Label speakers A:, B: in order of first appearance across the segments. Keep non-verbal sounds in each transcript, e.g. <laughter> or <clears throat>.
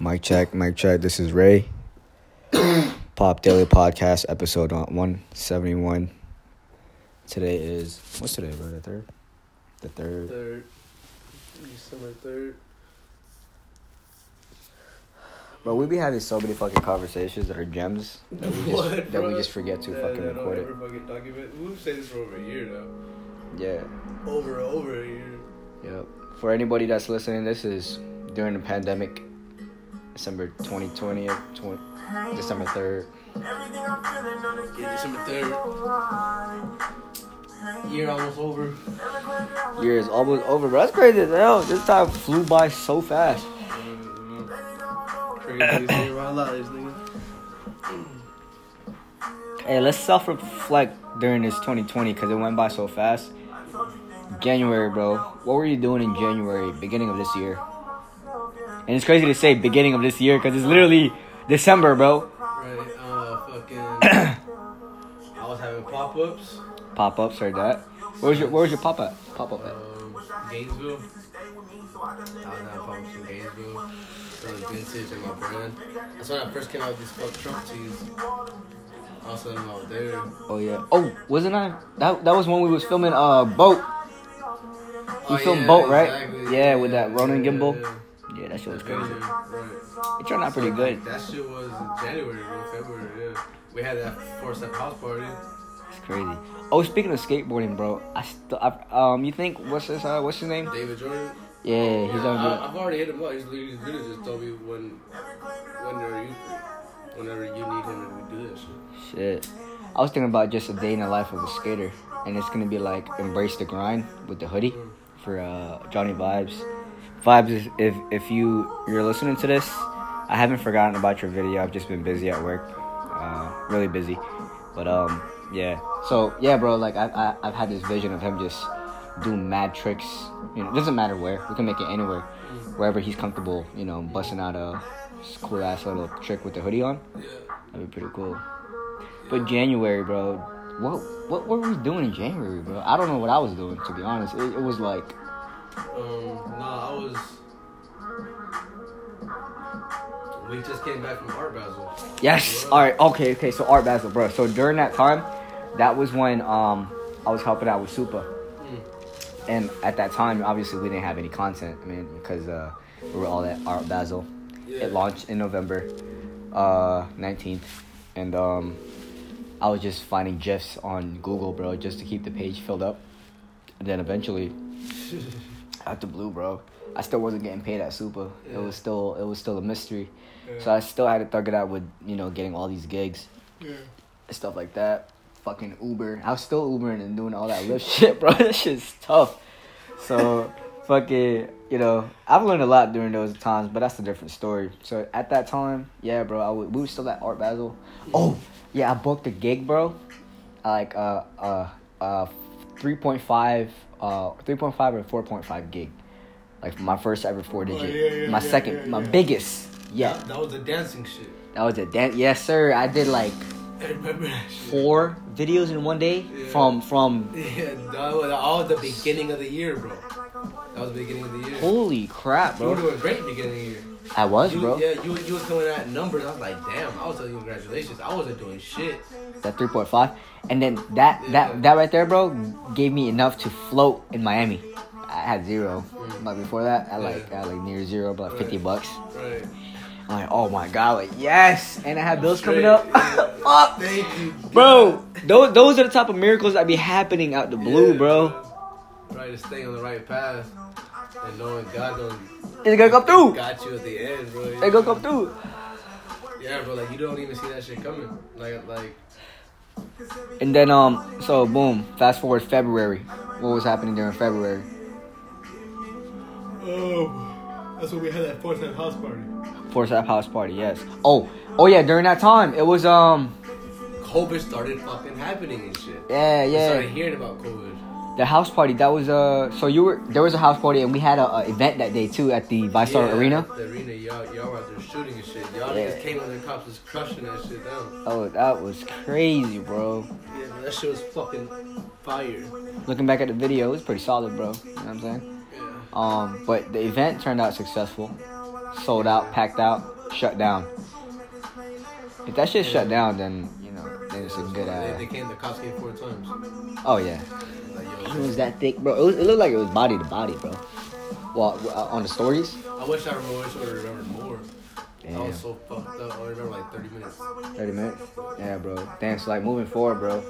A: Mic check, mic check. This is <coughs> Ray. Pop Daily Podcast, episode 171. Today is, what's today, bro? The third? The third.
B: Third. December third.
A: Bro, we be having so many fucking conversations that are gems <laughs> that we just, that we
B: bro?
A: just forget to
B: That-
A: fucking
B: that
A: record
B: don't
A: it.
B: ever fucking document. We've said this for over a year now.
A: Yeah.
B: Over, over a year.
A: Yep. For anybody that's listening, this is during the pandemic, December 2020, 20, December 3rd.
B: Yeah, December third. Year almost over.
A: Year is almost over, bro. That's crazy as hell. This time flew by so fast.
B: Uh, <coughs> Craziest year of our lives, nigga.
A: Hey, let's self-reflect during this 2020 because it went by so fast. January, bro. What were you doing in January, beginning of this year? And it's crazy to say beginning of this year because it's literally December, bro.
B: Right. Uh,
A: <coughs>
B: fucking. I was having pop-ups.
A: Pop-ups or that. Where's your Where's your pop up? Pop up at?
B: Um, Gainesville. I was having pop-ups in Gainesville. So it's good to check my brand. That's when I first came out with these fuck Trump tees. I was selling them out there.
A: Oh yeah. Oh, wasn't I? That That was when we was filming uh boat. You
B: Oh,
A: filmed
B: yeah,
A: Boat, right?
B: exactly.
A: Yeah, with that Ronin
B: yeah,
A: gimbal.
B: yeah.
A: Yeah, that shit was
B: Yeah,
A: crazy.
B: right.
A: It turned out pretty
B: So,
A: good.
B: That shit was in January, bro, February. Yeah, we had that four-step house party.
A: It's crazy. Oh, speaking of skateboarding, bro. I still um. You think what's his uh, What's his name?
B: David Jordan.
A: Yeah, he's on.
B: I,
A: good.
B: I've already hit him up. He's literally, he's literally just told me when, whenever you, whenever you need him, and we do that shit.
A: Shit. I was thinking about just a day in the life of a skater, and it's gonna be like embrace the grind with the hoodie for uh, Johnny Vibes. Vibes, is, if if you you're listening to this, I haven't forgotten about your video. I've just been busy at work, uh, really busy. But um, yeah. So yeah, bro. Like I, I I've had this vision of him just do mad tricks. You know, it doesn't matter where. We can make it anywhere, wherever he's comfortable. You know, busting out a cool ass little trick with the hoodie on. That'd be pretty cool. But January, bro, what what were we doing in January, bro? I don't know what I was doing to be honest. It, it was like
B: Um, nah, I was. We just came back from Art Basel. <laughs>
A: yes. All right, okay, okay. So Art Basel, bro. So during that time, that was when um I was helping out with Supa, and at that time, obviously we didn't have any content. I mean, because uh, we were all at Art Basel.
B: Yeah.
A: It launched in November, uh, nineteenth, and um, I was just finding gifs on Google, bro, just to keep the page filled up. And then eventually, out the blue, bro, I still wasn't getting paid at Super. It was still it was still a mystery. So I still had to thug it out with you know getting all these gigs and stuff like that. Fucking Uber. I was still Ubering and doing all that Lyft <laughs> shit, bro. That shit's tough. So fucking you know I've learned a lot during those times, but that's a different story. So at that time, yeah, bro, I was, we were still at Art Basel. Oh yeah, I booked a gig, bro. Like uh uh uh. 3.5 uh 3.5 or 4.5 gig like my first ever four digit
B: Oh, yeah,
A: my
B: yeah,
A: second
B: yeah,
A: my
B: yeah.
A: biggest yeah
B: That, that was the dancing shit.
A: that was a dance. Yes, sir. I did like
B: I remember that shit.
A: four videos in one day from from.
B: Yeah, <laughs> that was all the beginning of the year, bro. That was the beginning of the year.
A: Holy crap,
B: You were
A: bro!
B: doing great beginning of the year.
A: I was,
B: You,
A: bro.
B: Yeah, you, you was coming out in numbers. I was like, damn, I was telling you congratulations. I wasn't doing shit.
A: That three point five, and then that that that right there, bro, gave me enough to float in Miami. I had zero, but before that, I like I like near zero, but like fifty bucks.
B: Mm. Right.
A: I'm like, oh my god, like yes, and I had bills coming
B: Straight,
A: up. <laughs>
B: yeah.
A: Fuck.
B: Thank you.
A: Bro, those, those are the type of miracles that be happening out the blue, bro.
B: Try to stay on the right path and knowing God gonna
A: It's gonna come through.
B: got you at the end, bro.
A: It's gonna come through.
B: Yeah, bro. Like you don't even see that shit coming. Like, like
A: And then um, so boom, fast forward February. What was happening during February?
B: Oh, that's when we had that fourth time house party.
A: Force App House Party, yes. Oh, oh yeah, during that time it was um,
B: COVID started fucking happening and shit.
A: yeah,
B: I started
A: yeah,
B: hearing about COVID.
A: the house party. That was uh, so you were there was a house party and we had a, a event that day too at the Vistar
B: Yeah,
A: Arena.
B: The arena, y'all, y'all were out there shooting and shit. Y'all
A: Yeah.
B: just came on the cops was crushing that shit down.
A: Oh, that was crazy, bro.
B: Yeah, bro, that shit was fucking fire.
A: Looking back at the video, it was pretty solid, bro. You know what I'm saying?
B: Yeah.
A: Um, but the event turned out successful. sold out, packed out, shut down. If that shit shut down, then you know, then it's a good.
B: They,
A: Uh,
B: they came, the cops came four times.
A: oh yeah,
B: Like, yo,
A: it was that thick, bro. It, was, it looked like it was body to body, bro. Well, uh, on the stories,
B: I wish I remember. I wish I would have remembered more. I
A: Damn.
B: was so fucked up. I remember like 30 minutes.
A: thirty minutes. Yeah, bro. Damn, so like moving forward, bro,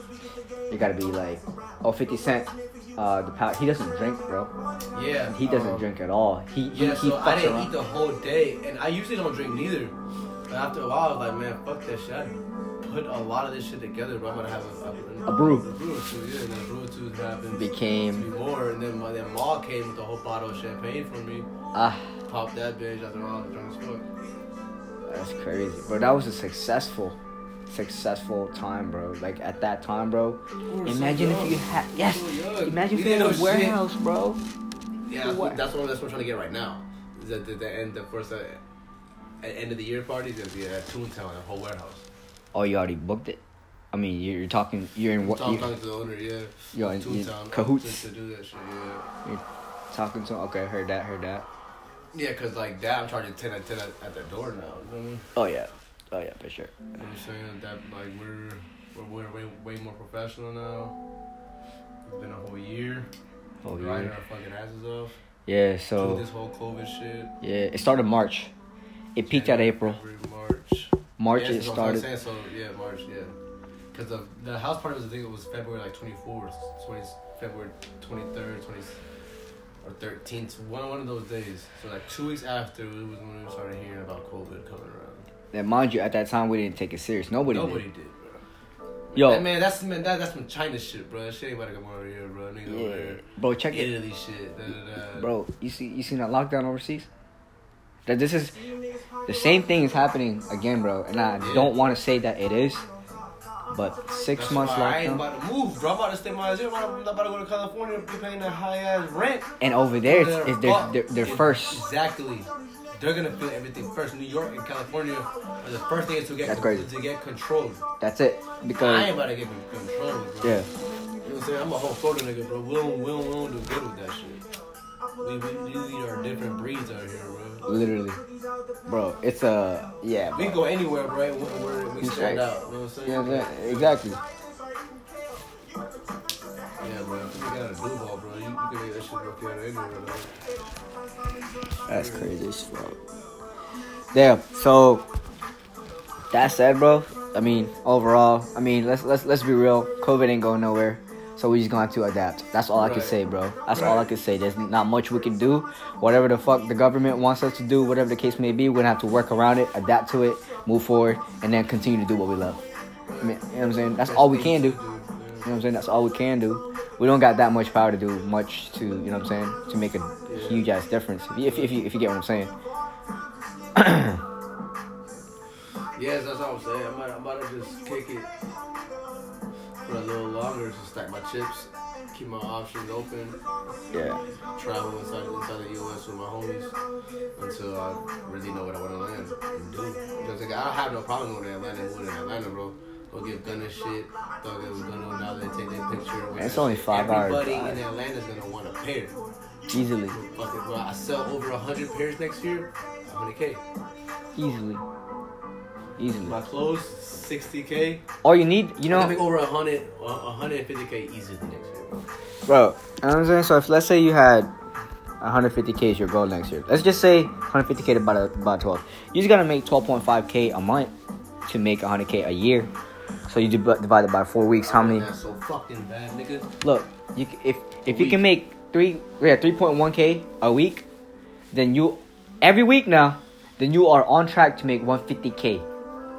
A: you gotta be like, oh, 50 Cent. Uh, the pow- he doesn't drink, bro.
B: Yeah.
A: He doesn't
B: um,
A: drink at all. He he,
B: Yeah,
A: he
B: so
A: fucks
B: I didn't
A: around.
B: eat the whole day, and I usually don't drink neither. But after a while, I was like, man, fuck that shit. I put a lot of this shit together, but I'm gonna have a,
A: A brew.
B: A brew or two, yeah. And then a brew or two happened.
A: became
B: Three more, and then my then Ma came with a whole bottle of champagne for me.
A: ah.
B: Pop that bitch after all the drunk as fuck.
A: That's crazy, bro. That was a successful, successful time, bro. Like at that time, bro.
B: were so
A: Imagine if
B: young.
A: you had yes.
B: We were young.
A: Imagine
B: We
A: if you had
B: didn't know
A: a
B: shit.
A: warehouse, bro.
B: Yeah, that's
A: What?
B: what, that's what that's what I'm trying to get right now. Is that the, the end, the first uh, at end of the year party is gonna be at Toontown, a whole warehouse.
A: Oh, you already booked it. I mean, you- you're talking. You're in what?
B: So I'm
A: You're
B: talking to the owner, yeah.
A: Yo, and- and
B: Toontown,
A: cahoots.
B: To, to do that shit, yeah.
A: talking to. Okay, heard that. Heard that.
B: Yeah, cause like that, I'm charging ten at ten at, at the door now. You know
A: Oh yeah. Oh yeah, for sure.
B: what I'm saying? That like we're we're, we're way, way more professional now. It's been a whole year.
A: Oh
B: grinding
A: yeah.
B: our fucking asses off.
A: Yeah.
B: Through
A: So
B: this whole COVID shit.
A: yeah, it started March. It peaked out
B: January,
A: April.
B: February, March.
A: March
B: yeah,
A: it
B: that's what I'm
A: started.
B: saying, so yeah, March, yeah. Cause the the house party was I think it was February like 24th, 20 February 23rd, 20 or 13th, one one of those days. So like two weeks after it was when we started hearing about COVID coming around.
A: And mind you, at that time we didn't take it serious. Nobody.
B: Nobody
A: Did.
B: did, bro.
A: Yo.
B: That- man, that's man, that, that's some China shit, bro. That shit ain't about to come over here, bro. Niggas over
A: Yeah.
B: there,
A: Bro, check it.
B: Italy shit, da da da.
A: Bro, you see, you seen that lockdown overseas? That this is the same thing is happening again, bro. And I
B: Yeah.
A: don't want to say that it is, but six
B: That's
A: months
B: why I ain't
A: lockdown,
B: about to move, bro. I'm about to stay my ass here. I'm not about to go to California and be paying that high ass rent.
A: and over there, it's,
B: They're
A: it's their,
B: fucked.
A: their, their first.
B: Exactly. They're gonna feel everything first. New York and California are the first things to get
A: That's crazy.
B: to get controlled.
A: That's it
B: I ain't
A: because
B: about to get controlled, bro.
A: yeah,
B: You know what I'm saying? I'm a whole Florida nigga, bro. We don't, we don't, we don't do good with that shit. We, we, we are different breeds out here, bro.
A: literally, bro. It's a yeah.
B: We
A: bro.
B: go anywhere, bro. and We, we're, we
A: It's
B: stand
A: like-
B: out. You know what I'm saying?
A: Yeah, yeah, exactly.
B: Yeah, bro. If you got a Duval, bro, you, you can make that shit work out anywhere, bro.
A: That's crazy as fuck. Damn. So that said, bro. I mean, overall, I mean, let's let's let's be real. COVID ain't going nowhere, so we just gonna have to adapt. That's all I can
B: Right.
A: say, bro. That's all I
B: Right.
A: can say. There's not much we can do. Whatever the fuck the government wants us to do, whatever the case may be, we're gonna have to work around it, adapt to it, move forward, and then continue to do what we love. I mean, you know what I'm saying? That's all we can do.
B: Yeah.
A: You know what I'm saying? That's all we can do. We don't got that much power to do much to, you know what I'm saying, to make a huge ass difference. If you, if, you- if, you, if you get what I'm saying.
B: Yes, that's what I'm saying. I'm about, I'm about to just kick it for a little longer, just stack my chips, keep my options open,
A: Yeah.
B: travel inside inside the U.S. with my homies until I really know what I want to land and do. Because like, I don't have no problem going to Atlanta, and moving to Atlanta, bro. Go get gun and shit, thug it was gonna now they take their picture. with
A: It's
B: that
A: only
B: shit.
A: five hours
B: Everybody
A: drive.
B: in Atlanta's gonna want a pair.
A: Easily.
B: Fucking bro, I sell over hundred pairs next year, 100k.
A: Easily. Easily.
B: My clothes, 60k.
A: All you need, you
B: I
A: know,
B: make over 100, 150k easy the next year. bro.
A: bro. You know what I'm saying? So if let's say you had 150k is your goal next year. Let's just say 150k to about about 12. You just gotta make 12.5k a month to make 100k a year. So you div- divide it by four weeks. How many?
B: That's so fucking bad, nigga.
A: Look, you c- if if you
B: week.
A: can make three yeah three point one k a week, then you every week now, then you are on track to make one fifty k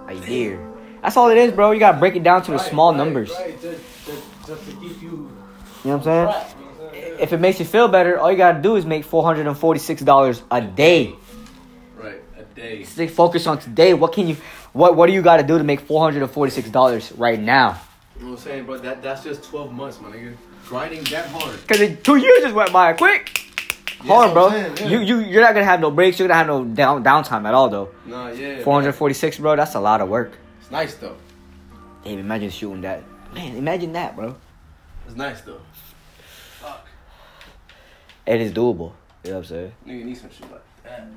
A: a year. That's all it is, bro. You gotta break it down to the small numbers.
B: Right, just, just, just to keep you.
A: You know what I'm saying?
B: trapped, you know what I'm saying?
A: If it makes you feel better, all you gotta do is make four hundred and forty six dollars a day.
B: Right, a day.
A: Stay focused on today. What can you? What What do you gotta do to make four hundred and forty six dollars right now?
B: You know what I'm saying, bro? That that's just 12 months, my nigga. Grinding that hard.
A: Cause it, two years just went by quick. Hold on,
B: That's what
A: bro.
B: I'm saying,
A: You
B: yeah.
A: you you're not gonna have no breaks. You're gonna have no down downtime at all, though.
B: Nah, yeah.
A: 446, bro. That's a lot of work.
B: It's nice though.
A: Damn, imagine shooting that. Man, imagine that, bro.
B: It's nice though. Fuck,
A: It is doable. You know what I'm saying?
B: nigga need some shit like that.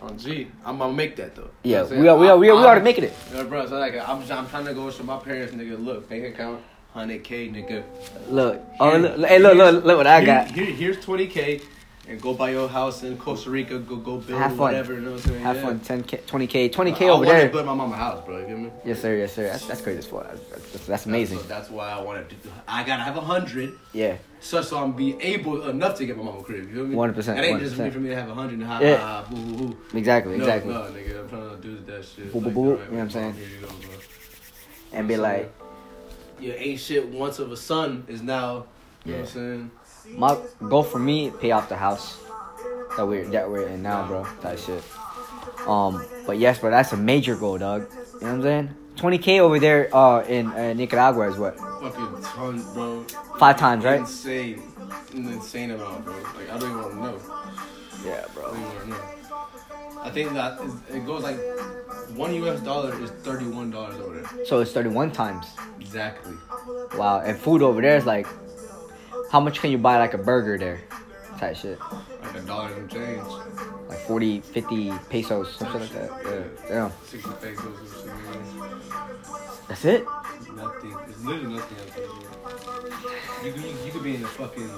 B: Oh, gee. I'm gonna make that though.
A: Yeah,
B: You know what I'm
A: we are, we are,
B: saying?
A: we are, we
B: I'm-
A: are making it.
B: Yeah, bro, so like I'm I'm trying to go to my parents, nigga. Look, bank account, hundred k, nigga.
A: Look, oh, look, hey, look, look, look what I
B: Here-
A: got.
B: Here, here's twenty k, and go buy your house in Costa Rica. Go go build
A: Have fun.
B: whatever. You know what I'm saying?
A: Have
B: Yeah.
A: fun, 10k, 20k, 20k
B: I
A: over
B: wanted
A: there.
B: To build my mama a house, bro. You get me?
A: Yes, sir, yes, sir. That's, that's crazy as fuck. That's, that's, that's amazing.
B: So that's why I wanted to. do- I gotta have a hundred,
A: Yeah.
B: such so I'm be able enough to get my mama a crib. You feel me?
A: 100%,
B: It ain't just
A: 100%.
B: for me to have a hundred. Ha
A: Yeah.
B: ha ha. Boo hoo hoo.
A: Exactly,
B: No,
A: exactly.
B: No, nigga, I'm trying to do that shit.
A: Boo, boo,
B: like,
A: boo.
B: alright,
A: You know what I'm saying?
B: here you go, bro.
A: And be
B: So,
A: like,
B: your ain't shit once of a son is now. You know what I'm saying?
A: my goal for me, pay off the house that we're that we're in now, bro. That shit. Um, but yes, bro, that's a major goal, dog. You know what I'm saying? 20k over there, uh, in uh, Nicaragua is what?
B: Fucking tons, bro.
A: Five times, right?
B: Insane, an insane amount, bro. Like I don't even want to know.
A: Yeah,
B: I
A: bro.
B: don't even want to know. I think that is, it goes like one U.S. dollar is thirty-one dollars over there.
A: So it's 31 times.
B: Exactly.
A: Wow. And food over there is like, how much can you buy like a burger there? Type shit.
B: Like a dollar and change.
A: Like 40, 50 pesos, something like that. Yeah. Damn.
B: Sixty pesos or something.
A: That's it?
B: Nothing. It's literally nothing out there. Bro. You, could- you, you could be in a fucking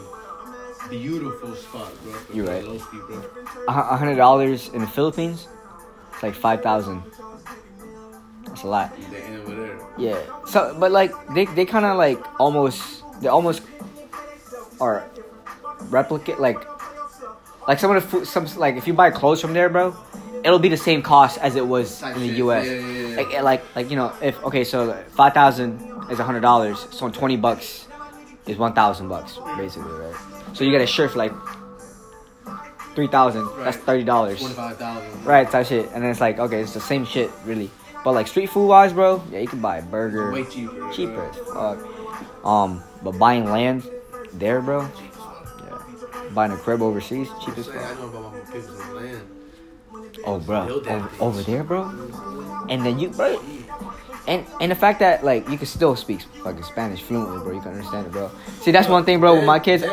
B: beautiful spot, bro. for
A: You're right.
B: Lofi, bro.
A: A hu- a hundred dollars in the Philippines, it's like five thousand. That's a lot.
B: They end over there.
A: Yeah. So, but like they, they kind of like almost they almost are replicate like like some of the food some like if you buy clothes from there, bro, it'll be the same cost as it was
B: Type
A: in the
B: shit.
A: U.S.
B: Yeah, yeah, yeah.
A: Like, eh, like like you know if okay so five thousand is a hundred dollars, so twenty bucks is one thousand bucks basically, right? So you get a shirt for like three thousand. That's
B: Right.
A: thirty dollars.
B: Twenty-five thousand.
A: Right, type shit. And then it's like, okay, it's the same shit, really. But like street food wise, bro, yeah, you can buy a burger.
B: Way cheaper.
A: Cheaper as fuck. Um, but buying land there, bro, yeah. Buying a crib overseas, cheap as
B: Say, I
A: fuck.
B: know about my people's land.
A: Oh, bro,
B: Build that
A: over,
B: bitch.
A: over there, bro. And then you, bro, and and the fact that like you can still speak fucking Spanish fluently, bro, you can understand it, bro. See, that's one thing, bro. With my kids,
B: And,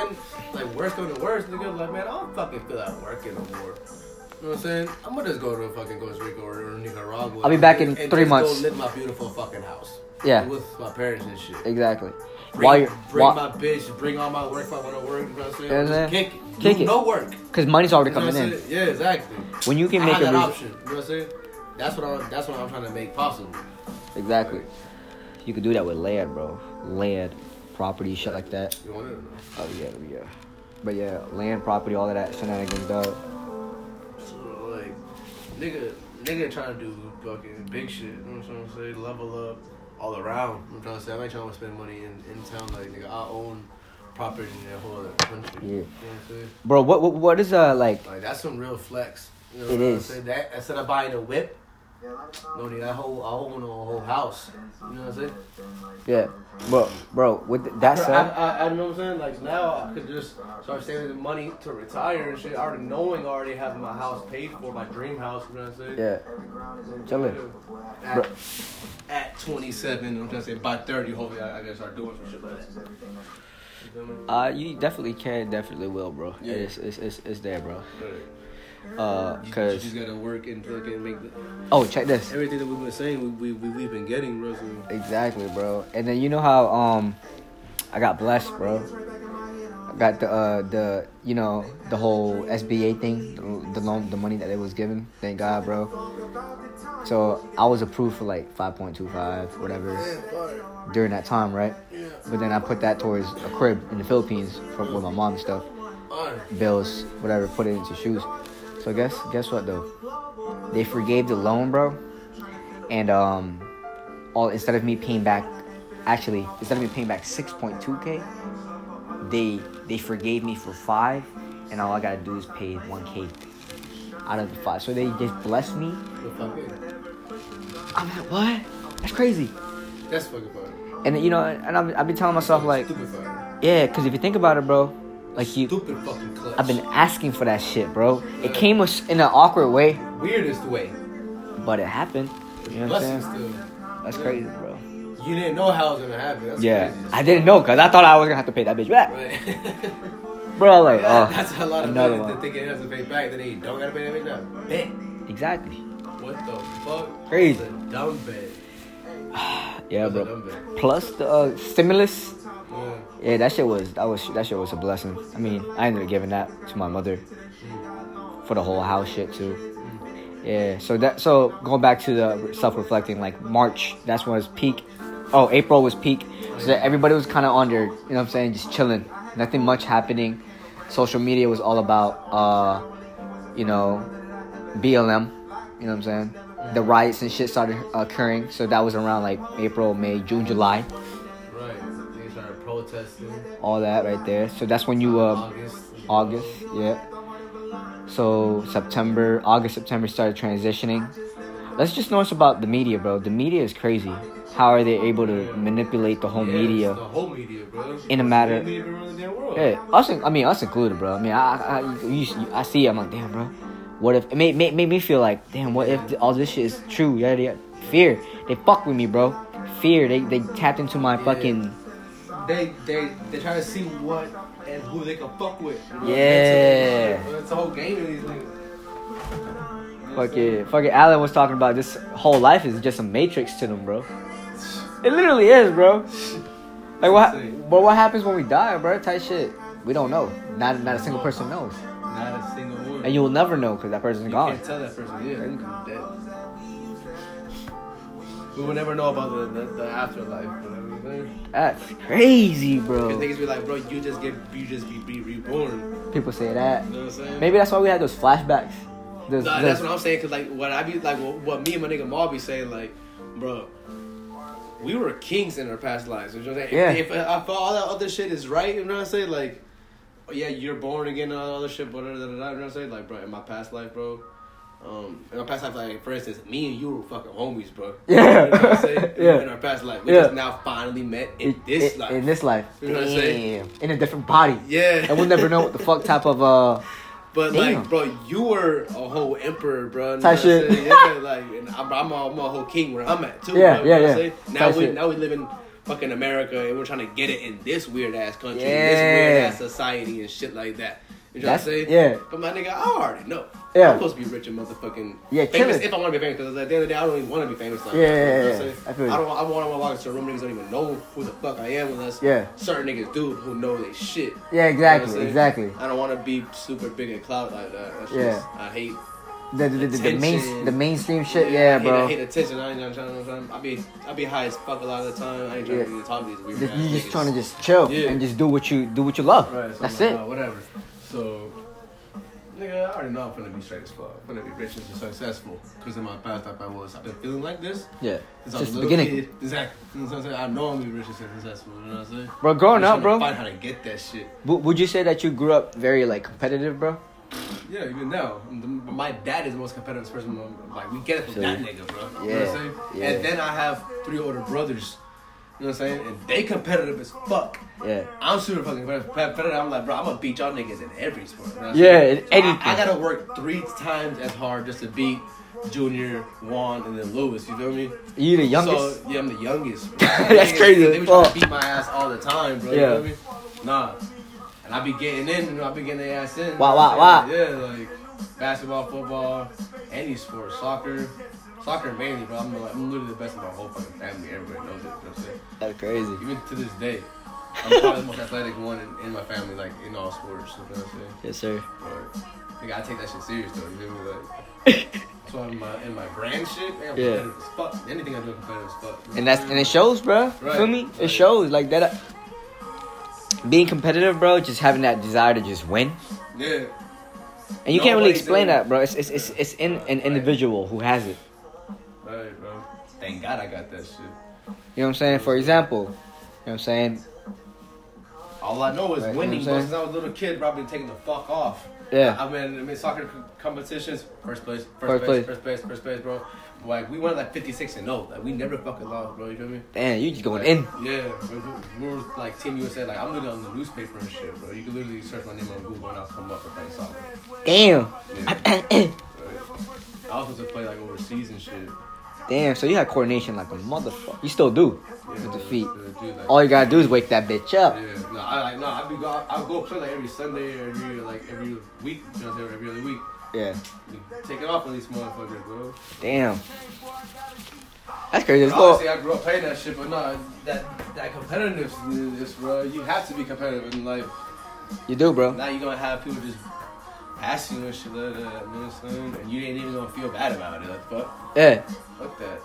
B: like, worse coming to worse, nigga, like, man, I don't fucking feel like working no more. You know what I'm saying? I'm gonna just go to fucking Costa Rica or Nicaragua.
A: I'll be back in
B: and- and
A: three
B: just
A: months.
B: Go live my beautiful fucking house.
A: Yeah.
B: With my parents and shit.
A: exactly.
B: Bring,
A: While you're,
B: bring
A: while-
B: my bitch, bring all my work if I wanna work. You know what I'm saying?
A: Yeah,
B: Just
A: man.
B: kick it.
A: Kick
B: Do
A: it.
B: No work.
A: cause money's already
B: You know
A: coming
B: what I'm
A: in.
B: saying? Yeah, exactly.
A: When you can
B: I
A: make
B: have
A: a
B: that
A: reason,
B: option. You know what I'm saying? That's what I'm. That's what I'm trying to make possible.
A: Exactly. You could do that with land, bro. Land, property, shit like that.
B: You want it or not?
A: Oh yeah, oh, yeah. But yeah, land, property, all of that shenanigans, dog.
B: So, like, nigga, nigga trying to do fucking big shit. You know what I'm trying to say? Level up all around. I'm trying to say, I ain't trying to spend money in, in town. Like, nigga, I own property in that whole other country.
A: Yeah.
B: You know what I'm saying?
A: Bro, what what, what is uh like?
B: Like, that's some real flex. You know
A: It
B: what I'm
A: is.
B: saying? That, instead of buying a whip, no need that whole, I own a whole house. You know what I'm saying?
A: Yeah, bro, bro. With th- that
B: I,
A: said,
B: I, I know what I'm saying. Like now, I could just start saving the money to retire and shit. Already knowing, I already have my house paid for, my dream house. You know what I'm
A: yeah,
B: saying?
A: chillin'. Bro.
B: At, at 27, I'm trying to say by 30, hopefully I, I gotta start doing some shit like that. You feel me?
A: Uh, you definitely can, definitely will, bro.
B: Yeah.
A: It's, it's it's it's there, bro.
B: But
A: Uh,
B: you- You,
A: cause
B: just gotta work and fucking make the,
A: oh, check this.
B: everything that we've been saying, we, we, we, we've been getting, Russell.
A: Exactly, bro. And then you know how um I got blessed, bro. I got the uh the you know the whole SBA thing, the, the loan, the money that it was given. Thank God, bro. So I was approved for like 5.25, whatever, during that time, right?
B: Yeah,
A: But then I put that towards a crib in the Philippines for, with my mom and stuff,
B: alright.
A: bills, whatever, put it into shoes. So guess guess what though? They forgave the loan, bro. And um, all instead of me paying back, actually instead of me paying back 6.2k, they they forgave me for five, and all I gotta do is pay 1k out of the five. So they just blessed me.
B: But fuck it.
A: I'm like, what? That's crazy.
B: That's fucking fire.
A: And you know, and I've, I've been telling myself like,
B: Stupid fire.
A: yeah, because if you think about it, bro, like you,
B: Stupid fucking clutch.
A: I've been asking for that shit, bro. It came us- in an awkward way,
B: Weirdest way.
A: but it happened. You know what I'm
B: Blessings
A: saying?
B: still.
A: That's crazy, bro.
B: You didn't know how it was gonna happen. That's
A: Yeah,
B: crazy.
A: I didn't know because I thought I was gonna have to pay that bitch back,
B: Right.
A: bro. Like, uh, oh,
B: <laughs> that's a lot of
A: another
B: people
A: one.
B: that think it has to pay back. That they don't gotta pay that back. now. Bet.
A: Exactly.
B: What the fuck?
A: Crazy.
B: It's a dumb bed.
A: Yeah,
B: It's a
A: bro.
B: dumb bed.
A: Plus the uh, stimulus.
B: Yeah.
A: Yeah, that shit was that was that shit was a blessing. I mean, I ended up giving that to my mother for the whole house shit too. Yeah, so that so going back to the self reflecting, like March, that's when it was peak. Oh, April was peak. So that everybody was kind of on their, you know what I'm saying, just chilling. Nothing much happening. Social media was all about, uh, you know, BLM. You know what I'm saying? The riots and shit started occurring. So that was around like April, May, June, July,
B: Right. Niggas started protesting.
A: all that right there. So that's when you uh,
B: August.
A: August, yeah. So September, August, September started transitioning. Let's just notice about the media, bro. The media is crazy. How are they able to manipulate the whole
B: Yeah, it's
A: media?
B: The whole media, bro.
A: In a matter-
B: It's the media around the damn world.
A: Yeah, us, in- I mean us included, bro. I mean, I, I, I, you, you- I see, it, I'm like, damn, bro. What if it made, made, made me feel like, damn, what if all this shit is true? Yeah, yeah. Fear, they fuck with me, bro. Fear, they they tapped into my fucking
B: They they they try to see what and who they can fuck with. you know?
A: Yeah.
B: That's it. It's a whole game of these niggas.
A: fucking fucking. Alan was talking about this whole life is just a matrix to them, bro. It literally is, bro. Like what?
B: Insane.
A: But what happens when we die, bro? Type shit. We don't know. Not not a single person knows,
B: Not a single word.
A: and you'll never know because that person's
B: You
A: gone.
B: can't tell that person. Yeah, you can be dead. We will never know about the, the, the afterlife. You know what I mean?
A: That's crazy,
B: 'Cause
A: bro.
B: niggas be like, bro, you just get you just be, be reborn.
A: People say that.
B: You know what I'm saying?
A: Maybe that's why we had those flashbacks. Those,
B: Nah,
A: those-
B: that's what I'm saying. Cause like what I be like, what, what me and my nigga Maul be saying, like, bro, we were kings in our past lives. You know what I'm saying?
A: Yeah.
B: If, if, if all that other shit is right, you know what I'm saying? Like, yeah, you're born again, and all that other shit, whatever. You know what I'm saying? Like, bro, in my past life, bro. Um, in our past life, like for instance, me and you were fucking homies, bro.
A: Yeah.
B: you know what I'm saying?
A: <laughs> Yeah.
B: In our past life, we
A: Yeah.
B: just now finally met in
A: it-
B: this
A: it-
B: life.
A: In this life.
B: You know what I'm saying?
A: Damn. In a different body.
B: yeah,
A: And we'll never know what the fuck type of uh.
B: But
A: Damn.
B: like, bro, you were a whole emperor, bro. you know
A: Type
B: what I'm
A: shit.
B: saying? Yeah, like, and I'm, I'm, a, I'm a whole king where I'm at too.
A: Yeah,
B: bro, you
A: yeah,
B: know what I'm
A: yeah.
B: saying? Now
A: Type
B: we
A: shit.
B: now we live in fucking America and we're trying to get it in this weird ass country, this
A: Yeah.
B: weird ass society and shit like that. You know
A: That's-
B: what I'm saying?
A: yeah.
B: But my nigga, I already know.
A: Yeah.
B: I'm supposed to be rich and motherfucking
A: Yeah,
B: famous
A: chillin'.
B: if I want to be famous. Because at the end of the day, I don't even want to be famous. Like
A: Yeah,
B: that, you know
A: yeah,
B: what
A: yeah,
B: I'm
A: yeah.
B: saying?
A: I feel you.
B: I don't. I don't want to walk into a room. Niggas don't even know who the fuck I am unless
A: Yeah.
B: certain niggas do who know they shit.
A: Yeah,
B: <laughs> You know what I'm
A: exactly,
B: saying?
A: exactly.
B: I don't want to be super big and clout like that. That's
A: Yeah.
B: just, I hate.
A: The, the, the, the, main,
B: Attention.
A: the mainstream shit,
B: I
A: yeah,
B: hate-
A: bro.
B: I hate attention. I ain't trying to. I'm trying- I be I be high as fuck a lot of the time. I ain't trying
A: Yeah.
B: to be the top of these weird.
A: Just-
B: ass
A: you just
B: niggas.
A: trying to just chill
B: Yeah.
A: and just do what you do what you love.
B: Right, so
A: That's
B: I'm
A: it.
B: like, "Oh, whatever. So, nigga, I already know I'm gonna be straight as fuck. I'm gonna be rich and successful. Cause in my past life I was. I've been feeling like this.
A: Yeah.
B: Since I was
A: Just the
B: a little
A: beginning.
B: Kid. Exactly. You know what I'm saying? I know I'm gonna be rich and successful. You know what I'm saying?
A: Bro,
B: I'm
A: growing
B: just
A: up,
B: tryna
A: bro,
B: Find how to get that shit.
A: w- would you say that you grew up very like competitive, bro?
B: Yeah, even now. The- My dad is the most competitive person. in the- Like, we get it from
A: So-
B: that nigga, bro. You know what
A: Yeah,
B: I'm saying?
A: yeah.
B: And then I have three older brothers. You know what I'm saying? And they competitive as fuck.
A: Yeah.
B: I'm super fucking competitive. competitive. I'm like, bro, I'm gonna beat y'all niggas in every sport. You know what I'm
A: Yeah,
B: saying?
A: in
B: So I-
A: anything.
B: I, gotta work three times as hard just to beat Junior, Juan, and then Lewis. You feel me?
A: You the youngest.
B: So, yeah, I'm
A: <laughs>
B: the youngest.
A: That's
B: Niggas,
A: crazy.
B: They be trying
A: Fuck.
B: to beat my ass all the time, bro.
A: Yeah.
B: You feel me? Nah. And I be getting in, you know, I be getting their ass in.
A: Wah,
B: you know
A: wah,
B: what I'm saying? Yeah, like basketball, football, any sport, soccer. Soccer mainly, bro. I'm, like, I'm literally the best in my whole fucking family. Everybody knows it. You know what I'm saying?
A: That's crazy.
B: Even to this day, I'm probably the most <laughs> athletic one in, in my family, like in all sports. You know what I'm saying?
A: Yes, sir.
B: But, nigga, I take that shit serious though. You feel me? Like,
A: <laughs>
B: that's why in my in my brand shit, man, I'm
A: Yeah.
B: competitive as fuck. Anything I do, I'm competitive as fuck.
A: And that's and it shows, bro. You Feel
B: Right.
A: me? It
B: Right.
A: shows like that. uh, Being competitive, bro, just having that desire to just win,
B: Yeah.
A: and you can't really
B: Nobody
A: explain
B: do.
A: that, bro. It's it's it's, it's in an individual who has it.
B: Alright, bro. Thank God I got that shit.
A: You know what I'm saying? For example, you know what I'm saying?
B: All I know is
A: Right, you know
B: winning,
A: what I'm
B: bro. Since I was a little kid, bro, I've been taking the fuck off.
A: Yeah.
B: I mean, I mean, soccer c- competitions, first place, first,
A: First place.
B: place, first place, first place, bro. Like we went like 56 and 0. Like we never fucking lost, bro. You feel me?
A: Damn, you just going
B: Like,
A: in.
B: Yeah, we- we were like Team USA. Like I'm literally on the newspaper and shit, bro. You can literally search my name on Google and I'll come up with playing soccer.
A: <clears throat> Damn.
B: Right? I was supposed to play like overseas and shit.
A: Damn. So you had coordination like a motherfucker. You still do with the feet.
B: Dude, like,
A: All you gotta do is wake that bitch up.
B: Yeah, no, I like no, I be go, I, I go play like every Sunday, every like every week, you know, what I'm saying, every other week.
A: Yeah.
B: Take it off on these motherfuckers, bro.
A: Damn. That's crazy. It's cool.
B: Obviously, I grew up playing that shit, but no, that that competitiveness, bro. You have to be competitive in life.
A: You do, bro.
B: Now you gonna have people just asking you and shit like that, you know what I'm saying? And you ain't even gonna feel bad about it. Like, fuck,
A: Yeah.
B: fuck that.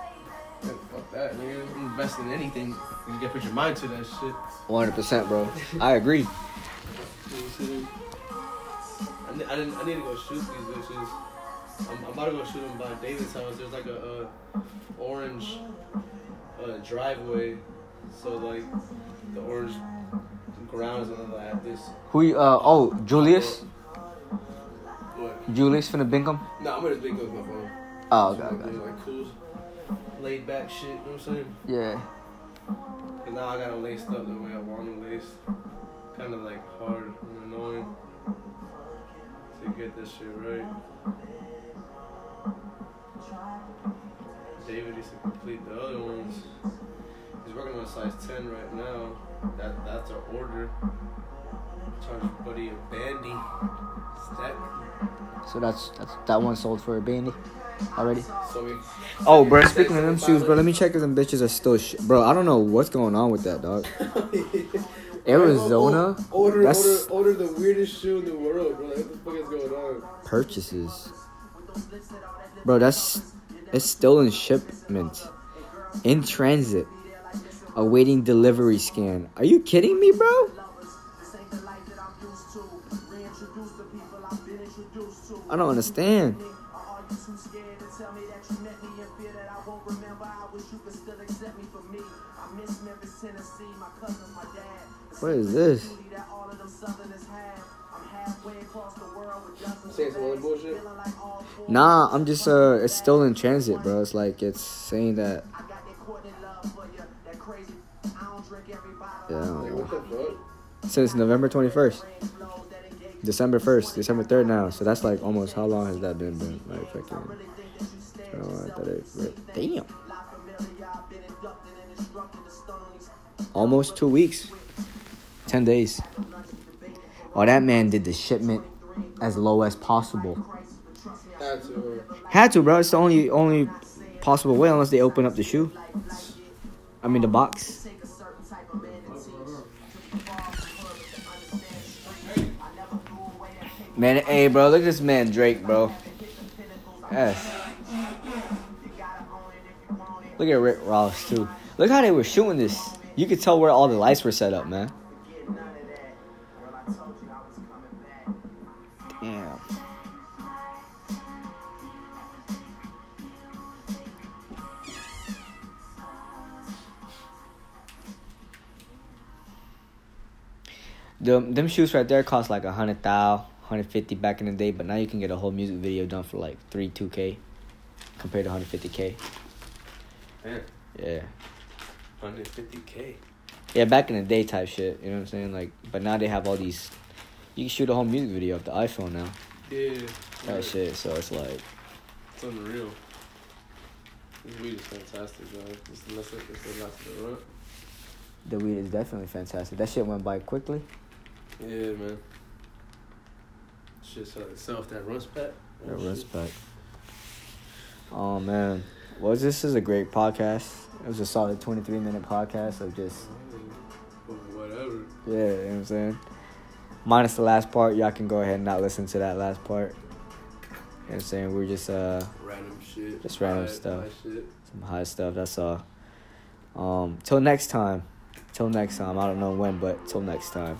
B: Yeah, Fuck that, nigga. I'm investing in anything. You gotta put your mind to that shit.
A: 100%, bro. I agree.
B: I, ne- I, didn't, I need to go shoot these bitches. I'm, I'm about to go shoot them by David's house. There's like a, uh orange uh, driveway, so like the orange ground is gonna have this.
A: Who, you- uh, oh, Julius?
B: What?
A: Julius finna Bingham?
B: No, I'm gonna just be good with my phone.
A: Oh,
B: I'm
A: okay, okay.
B: like cool, laid back shit. You know what I'm saying?
A: Yeah.
B: But now I got to laced up the way I want them laced. Kind of like hard and annoying to get this shit right. David needs to complete the other ones. He's working on a size 10 right now. That That's our order. Charge buddy a bandy. Stack.
A: So that's, that's that one sold for a bandy already.
B: So we,
A: Oh, bro, speaking of them shoes, bro, let me check if them bitches are still sh- Bro, I don't know what's going on with that,
B: <laughs>
A: dog. Arizona
B: Order,
A: That's-
B: order, order the weirdest shoe in the world, bro. Like, what the fuck is going on?
A: purchases. Bro, that's it's still in shipment. In transit. Awaiting delivery scan. Are you kidding me, bro? I don't understand.
C: Uh,
A: What is this?
B: Say it's all that bullshit.
A: Nah, I'm just uh it's still in transit, bro. It's like it's saying that
C: I got that Courtney love for you, that crazy. I don't drink every bottle.
A: yeah, I don't
B: Like,
A: know.
B: what the fuck?
A: since November 21st. December 1st, December 3rd now. So that's like almost how long has that been, bro? Like fucking I don't know, I thought it- but- damn. Almost two weeks. Ten days. Oh, that man did the shipment as low as possible.
B: Had to. uh,
A: Had to, bro. It's the only only possible way unless they open up the shoe. I mean the box. Man, hey, bro, look at this man Drake, bro. Yes. Look at Rick Ross too. Look how they were shooting this. You could tell where all the lights were set up, man. Damn. Them, them shoes right there cost like a hundred thou, 150 back in the day, but now you can get a whole music video done for like three, two k, compared to 150k.
B: Man,
A: Yeah,
B: 150k.
A: yeah, back in the day type shit. You know what I'm saying? Like, but now they have all these. You can shoot a whole music video off the iPhone now.
B: Yeah.
A: That Oh, shit. So it's like,
B: It's unreal. This weed is fantastic, man. It's less than it's less than the run.
A: The weed is definitely fantastic. That shit went by quickly.
B: Yeah, man. Shit sells itself. That runs back.
A: Yeah, respect. Oh man, well this is a great podcast. It was a solid twenty three minute podcast of just
B: Whatever.
A: yeah, you know what I'm saying. Minus the last part, y'all can go ahead and not listen to that last part. You know what I'm saying we're just uh
B: Random shit.
A: Just random
B: Alright,
A: stuff.
B: alright, shit.
A: some high stuff. That's all. Um, till next time. Till next time. I don't know when, but till next time.